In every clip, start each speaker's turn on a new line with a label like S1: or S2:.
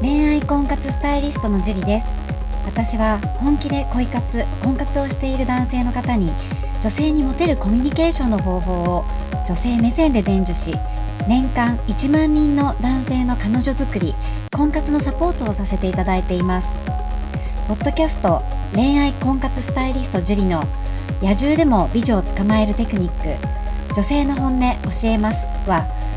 S1: 恋愛婚活スタイリストのジュリです私は本気で恋活婚活をしている男性の方に女性にモテるコミュニケーションの方法を女性目線で伝授し年間1万人の男性の彼女作り婚活のサポートをさせていただいていますポッドキャスト恋愛婚活スタイリストジュリの野獣でも美女を捕まえるテクニック女性の本音教えますは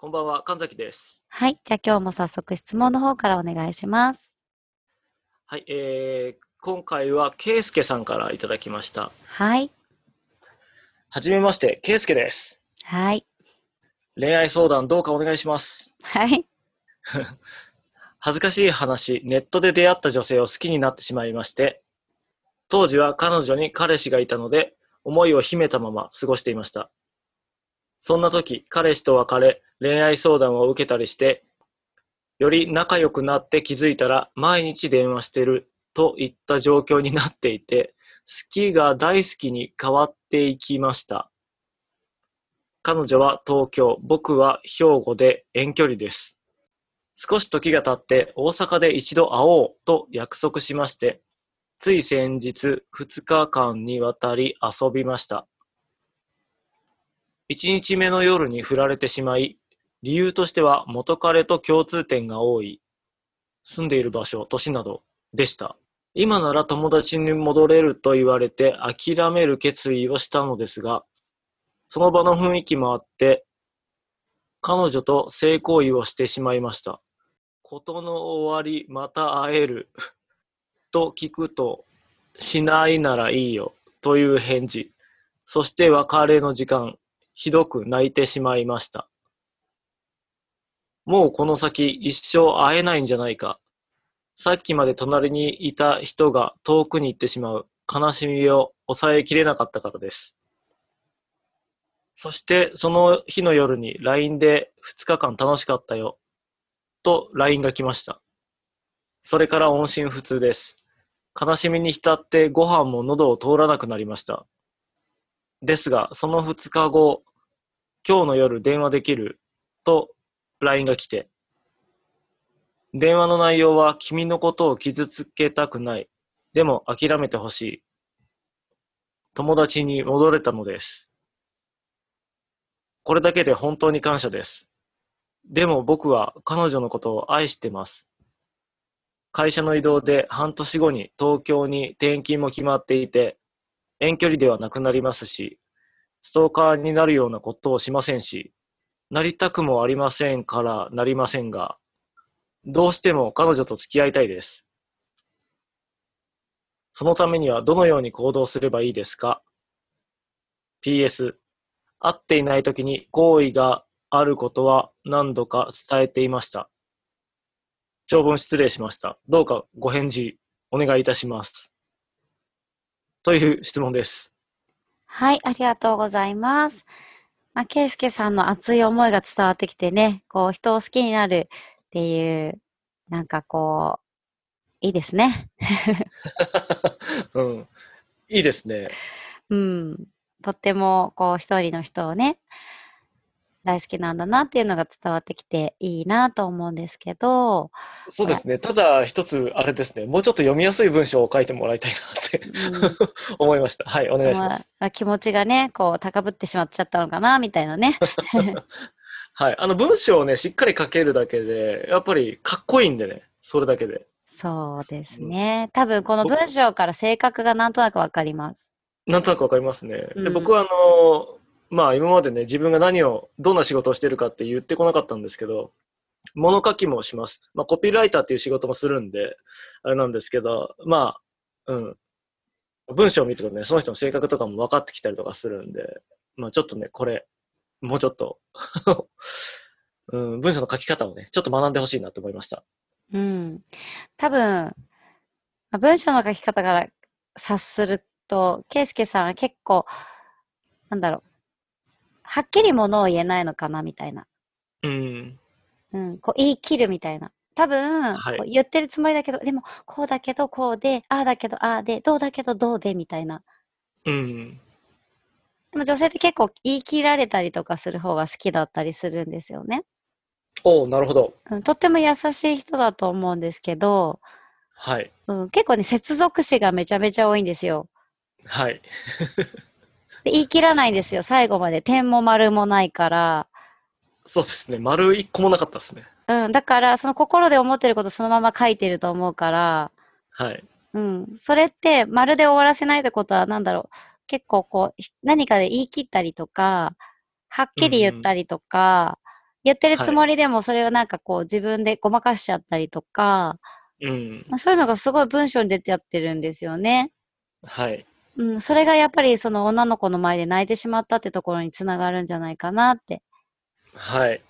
S2: こんばんは、神崎です。
S1: はい。じゃあ今日も早速質問の方からお願いします。
S2: はい、えー、今回は、ケイスケさんからいただきました。
S1: はい。
S2: はじめまして、ケイスケです。
S1: はい。
S2: 恋愛相談どうかお願いします。
S1: はい。
S2: 恥ずかしい話、ネットで出会った女性を好きになってしまいまして、当時は彼女に彼氏がいたので、思いを秘めたまま過ごしていました。そんな時、彼氏と別れ、恋愛相談を受けたりして、より仲良くなって気づいたら、毎日電話してるといった状況になっていて、好きが大好きに変わっていきました。彼女は東京、僕は兵庫で遠距離です。少し時が経って大阪で一度会おうと約束しまして、つい先日2日間にわたり遊びました。1日目の夜に振られてしまい、理由としては元彼と共通点が多い、住んでいる場所、都などでした。今なら友達に戻れると言われて諦める決意をしたのですが、その場の雰囲気もあって、彼女と性行為をしてしまいました。ことの終わり、また会える。 と聞くと、しないならいいよ。という返事。そして別れの時間、ひどく泣いてしまいました。もうこの先一生会えないんじゃないか。さっきまで隣にいた人が遠くに行ってしまう悲しみを抑えきれなかったからです。そしてその日の夜に LINE で2日間楽しかったよ。と LINE が来ました。それから音信不通です。悲しみに浸ってご飯も喉を通らなくなりました。ですが、その2日後、今日の夜電話できると LINE が来て、電話の内容は君のことを傷つけたくない。でも諦めてほしい。友達に戻れたのです。これだけで本当に感謝です。でも僕は彼女のことを愛してます。会社の移動で半年後に東京に転勤も決まっていて、遠距離ではなくなりますし、ストーカーになるようなことをしませんし、なりたくもありませんからなりませんが、どうしても彼女と付き合いたいです。そのためにはどのように行動すればいいですか ?PS、会っていない時に好意があることは何度か伝えていました。長文失礼しました。どうかご返事お願いいたします。という質問です。
S1: はい。ありがとうございます。まあ、ケイスケさんの熱い思いが伝わってきてね、こう、人を好きになるっていう、なんかこう、いいですね。
S2: うん、いいですね。
S1: うん。とっても、こう、一人の人をね、大好きなんだなっていうのが伝わってきていいなと思うんですけど、
S2: そうですね。ただ一つあれですね。もうちょっと読みやすい文章を書いてもらいたいなって
S1: うん
S2: 思いました。はい、お願いし
S1: ま
S2: ま
S1: あ
S2: す。
S1: まあ気持ちがね、こう、高ぶってしまっちゃったのかな、みたいなね。
S2: はい、あの文章をね、しっかり書けるだけで、やっぱりかっこいいんでね、それだけで。
S1: そうですね。多分この文章から性格がなんとなくわかります。
S2: なんとなくわかりますね。
S1: う
S2: で
S1: ん
S2: 僕はあのまあ今までね自分が何をどんな仕事をしてるかって言ってこなかったんですけど物書きもします。まあコピーライターっていう仕事もするんであれなんですけどまあうん文章を見るとねその人の性格とかも分かってきたりとかするんでまあちょっとねこれもうちょっと、 うん、文章の書き方をねちょっと学んでほしいなと思いました。
S1: うん。多分、まあ文章の書き方から察すると、ケイスケさんは結構、なんだろう。はっきりものを言えないのかなみたいな。
S2: うん
S1: うん、こう言い切るみたいな。多分、
S2: はい
S1: こう言ってるつもりだけど、でも、こうだけどこうで、ああだけどああで、どうだけどどうでみたいな。
S2: うん
S1: でも女性って結構言い切られたりとかする方が好きだったりするんですよね。
S2: おおなるほど
S1: うん、とっても優しい人だと思うんですけど、
S2: はい
S1: うん、結構ね、接続詞がめちゃめちゃ多いんですよ。
S2: はい
S1: で言い切らないんですよ、最後まで。点も丸もないから。
S2: そうですね丸一個もなかったですね
S1: うん、だから、その心で思ってることそのまま書いてると思うから、
S2: はい
S1: うん、それって、まるで終わらせないってことは、なんだろう、結構こう、ひ何かで言い切ったりとか、はっきり言ったりとか、言ってるつもりでもそれをなんかこう、自分でごまかしちゃったりとか、
S2: うん
S1: まあそういうのがすごい文章に出てやってるんですよね。
S2: はい。
S1: うん、それがやっぱりその女の子の前で泣いてしまったってところにつながるんじゃないかなって
S2: はい。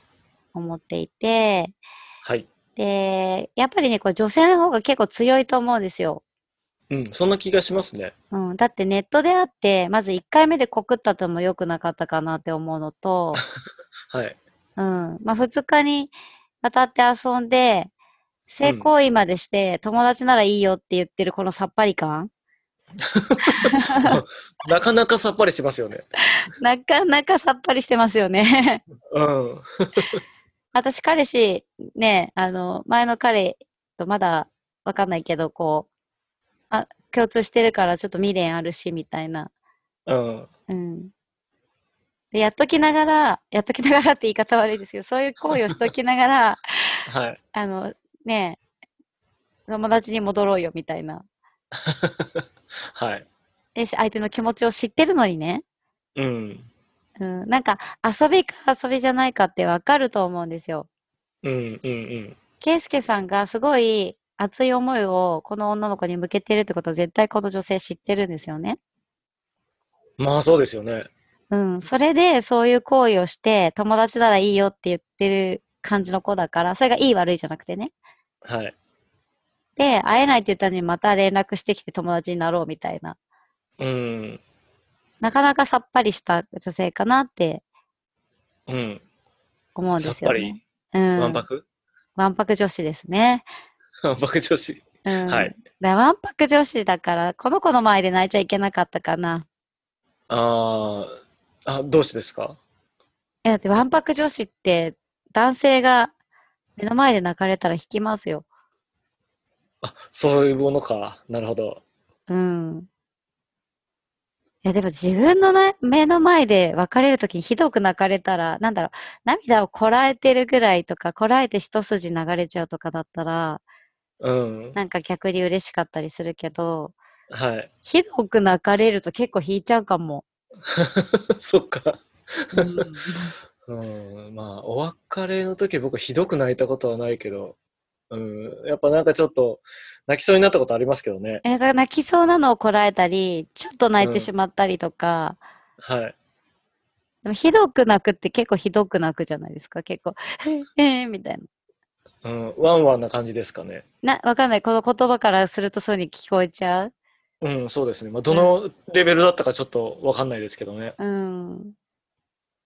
S1: 思っていて、
S2: はい。
S1: で、やっぱりね、こう女性の方が結構強いと思うんですよ。
S2: うん、そんな気がしますね。
S1: うん、だってネットであって、まず1回目で告ったとも良くなかったかなって思うのと、
S2: はい。
S1: うん、まあ2日にわたって遊んで、性行為までして、友達ならいいよって言ってるこのさっぱり感、
S2: なかなかさっぱりしてますよね。
S1: なかなかさっぱりしてますよね。
S2: うん。
S1: 私彼氏、ね、あの、前の彼とまだわかんないけど、こう、あ、共通してるからちょっと未練あるし、みたいな。
S2: うん。
S1: うん。で、やっときながら、やっときながらって言い方悪いですけど、そういう行為をしときながら、
S2: はい。
S1: あの、ねえ、友達に戻ろうよみたいな。
S2: はい。
S1: で、し相手の気持ちを知ってるのにね、
S2: うん。
S1: うん、なんか遊びか遊びじゃないかってわかると思うんですよ。
S2: うん、うん、うん。
S1: ケイスケさんがすごい熱い思いをこの女の子に向けてるってことは絶対この女性知ってるんですよね。
S2: まあそうですよね。
S1: うん、それでそういう行為をして友達ならいいよって言ってる感じの子だから、それがいい悪いじゃなくてね。
S2: はい。
S1: で、会えないって言ったのにまた連絡してきて友達になろうみたいな。
S2: うん。
S1: なかなかさっぱりした女性かなって
S2: うん。
S1: 思うん
S2: さ
S1: で
S2: っ
S1: すよ
S2: ぱ
S1: ね
S2: り。。
S1: うん。
S2: わんぱ く
S1: わんぱく女子ですね。
S2: わんぱく女子。
S1: うん。
S2: はい。
S1: だわんぱく女子だから、この子の前で泣いちゃいけなかったかな。
S2: あーあ、どうしてですか
S1: え、だってわんぱく女子って男性が目の前で泣かれたら引きますよ。
S2: あ、そういうものか。なるほど。
S1: うん。いや、でも自分のな目の前で別れるときにひどく泣かれたら、なんだろう、涙をこらえてるぐらいとか、こらえて一筋流れちゃうとかだったら、
S2: うん。
S1: なんか逆に嬉しかったりするけど、
S2: はい。
S1: ひどく泣かれると結構引いちゃうかも。
S2: そっか。
S1: うん、
S2: うん、まあ、お別れの時僕ひどく泣いたことはないけど、うん、やっぱなんかちょっと泣きそうになったことありますけどね。
S1: えだから泣きそうなのをこらえたり、ちょっと泣いて
S2: うん
S1: しまったりとか、
S2: はい。
S1: でもひどく泣くって結構ひどく泣くじゃないですか、結構。えー、みたいな。
S2: うん、ワンワンな感じですかね。
S1: な、わかんない。この言葉からするとそうに聞こえちゃう。
S2: うん、そうですね。まあ、どのレベルだったかちょっとわかんないですけどね。
S1: うん。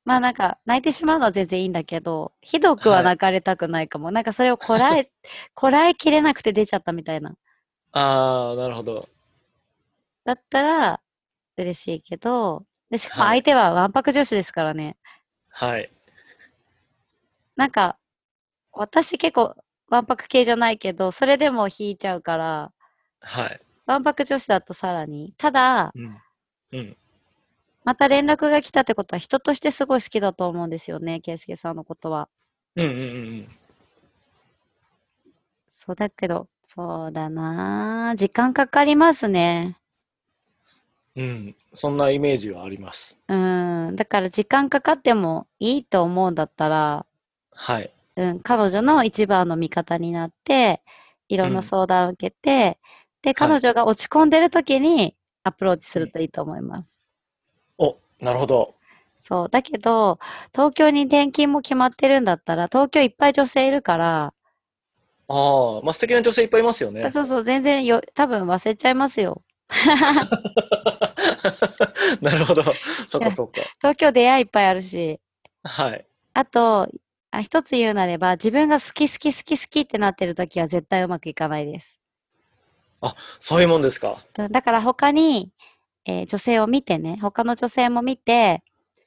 S1: まあなんか、泣いてしまうのは全然いいんだけど、ひどくは
S2: はい
S1: 泣かれたくないかも。なんかそれをこら え、こらえきれなくて出ちゃったみたいな。
S2: ああ、なるほど。
S1: だったら、嬉しいけど、で、しかも
S2: はい
S1: 相手はわんぱく女子ですからね。
S2: はい。
S1: なんか、私結構わんぱく系じゃないけど、それでも引いちゃうから、
S2: はい。
S1: わんぱく女子だとさらに。ただ、
S2: うん。うん。
S1: また連絡が来たってことは人としてすごい好きだと思うんですよね、圭介さんのことは。
S2: うんうんうんうん。
S1: そうだけど、そうだな。時間かかりますね。
S2: うん、そんなイメージはあります。
S1: うん。だから時間かかってもいいと思うんだったら、
S2: はい。
S1: うん、彼女の一番の味方になって、いろん
S2: う
S1: なん相談を受けて、で、彼女が落ち込んでる時にアプローチするといいと思います。
S2: お、なるほど。
S1: そう。だけど、東京に転勤も決まってるんだったら、東京いっぱい女性いるから、
S2: ああ、まあ、素敵な女性いっぱいいますよね。
S1: そうそう、全然よ、多分忘れちゃいますよ。
S2: なるほど。そっかそっか。
S1: 東京出会いいっぱいあるし。
S2: はい。
S1: あと、あ一つ言うなれば、自分が好き好き好き好きってなってる時は絶対うまくいかないです。
S2: そういうもんですか。
S1: うんだから他に、えー女性を見てね、他の女性も見て、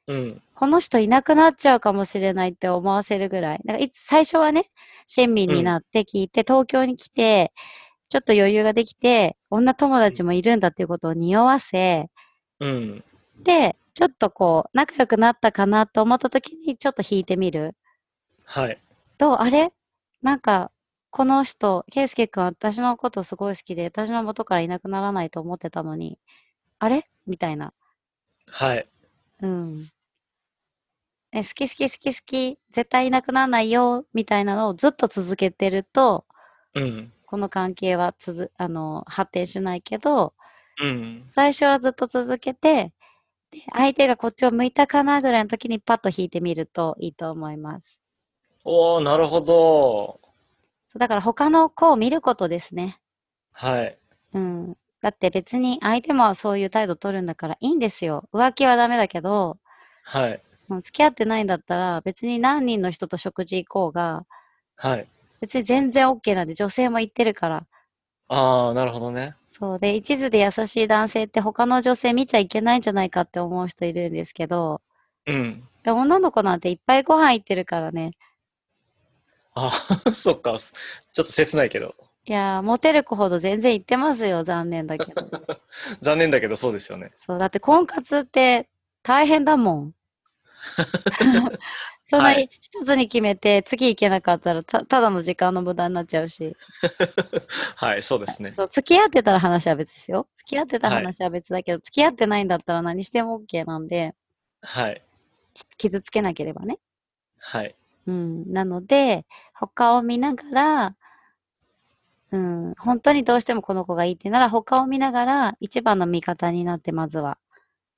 S2: うん。
S1: この人いなくなっちゃうかもしれないって思わせるぐらい。だからい最初はね、親身になって聞いて、東京に来て、ちょっと余裕ができて、女友達もいるんだっていうことを匂わせ、
S2: うん。
S1: で、ちょっとこう、仲良くなったかなと思った時に、ちょっと引いてみる。
S2: はい。
S1: と、あれなんか、この人、圭介君、私のことすごい好きで、私の元からいなくならないと思ってたのに、あれみたいな。
S2: はい。
S1: うん。え、好き好き好き好き、絶対いなくならないよ、みたいなのをずっと続けてると、
S2: うん。
S1: この関係はつづ、あの、発展しないけど、
S2: うん。
S1: 最初はずっと続けて、で相手がこっちを向いたかなぐらいの時にパッと引いてみるといいと思います。
S2: おおなるほど。
S1: そうだから他の子を見ることですね。
S2: はい。
S1: うん。だって別に相手もそういう態度取るんだからいいんですよ。浮気はダメだけど、
S2: はい。
S1: もう付き合ってないんだったら別に何人の人と食事行こうが、
S2: はい。
S1: 別に全然 OK なんで女性も言ってるから。
S2: ああ、なるほどね。
S1: そうで、一途で優しい男性って他の女性見ちゃいけないんじゃないかって思う人いるんですけど、
S2: うん。
S1: で女の子なんていっぱいご飯行ってるからね。
S2: ああ、そっか。ちょっと切ないけど。
S1: いやー、モテる子ほど全然言ってますよ、残念だけど。
S2: 残念だけど、そうですよね。
S1: そう、だって婚活って大変だもん。そんな
S2: は
S1: に
S2: い
S1: 一つに決めて次行けなかったらたただの時間の無駄になっちゃうし
S2: はい、そうですね。
S1: そう付き合ってたら話は別ですよ付き合ってたら
S2: はい
S1: 話は別だけど、付き合ってないんだったら何しても OK なんで
S2: はい。
S1: 傷つけなければね
S2: はい。
S1: うん、なので、他を見ながら、うん、本当にどうしてもこの子がいいってなら、他を見ながら、一番の味方になって、まずは。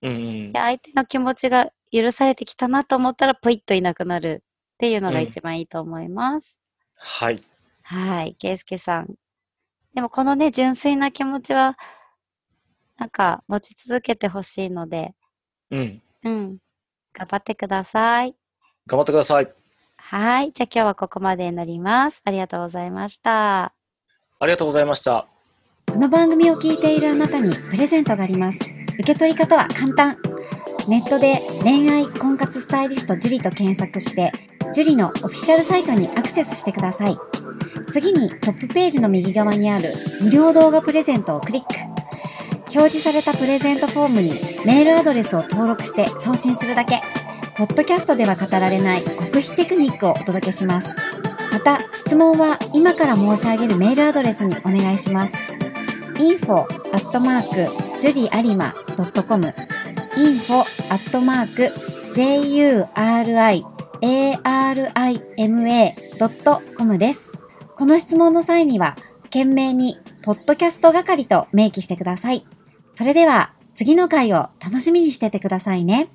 S2: うんうん
S1: で、。相手の気持ちが許されてきたなと思ったら、ポイッといなくなるっていうのが
S2: うん
S1: 一番いいと思います。
S2: はい。
S1: はい、圭介さん。でも、このね、純粋な気持ちは、なんか、持ち続けてほしいので、
S2: うん。
S1: うん、頑張ってください。
S2: 頑張ってください。
S1: はい、じゃあ今日はここまでになります。ありがとうございました。
S2: ありがとうございました。
S1: この番組を聞いているあなたにプレゼントがあります。受け取り方は簡単。ネットで恋愛婚活スタイリスト樹と検索して、樹のオフィシャルサイトにアクセスしてください。次にトップページの右側にある無料動画プレゼントをクリック。表示されたプレゼントフォームにメールアドレスを登録して送信するだけ。ポッドキャストでは語られない極秘テクニックをお届けします。また、質問は今から申し上げるメールアドレスにお願いします。info アットマークジュリアリマドットコム info アットマーク juriarima ドットコムです。この質問の際には、件名にポッドキャスト係と明記してください。それでは次の回を楽しみにしててくださいね。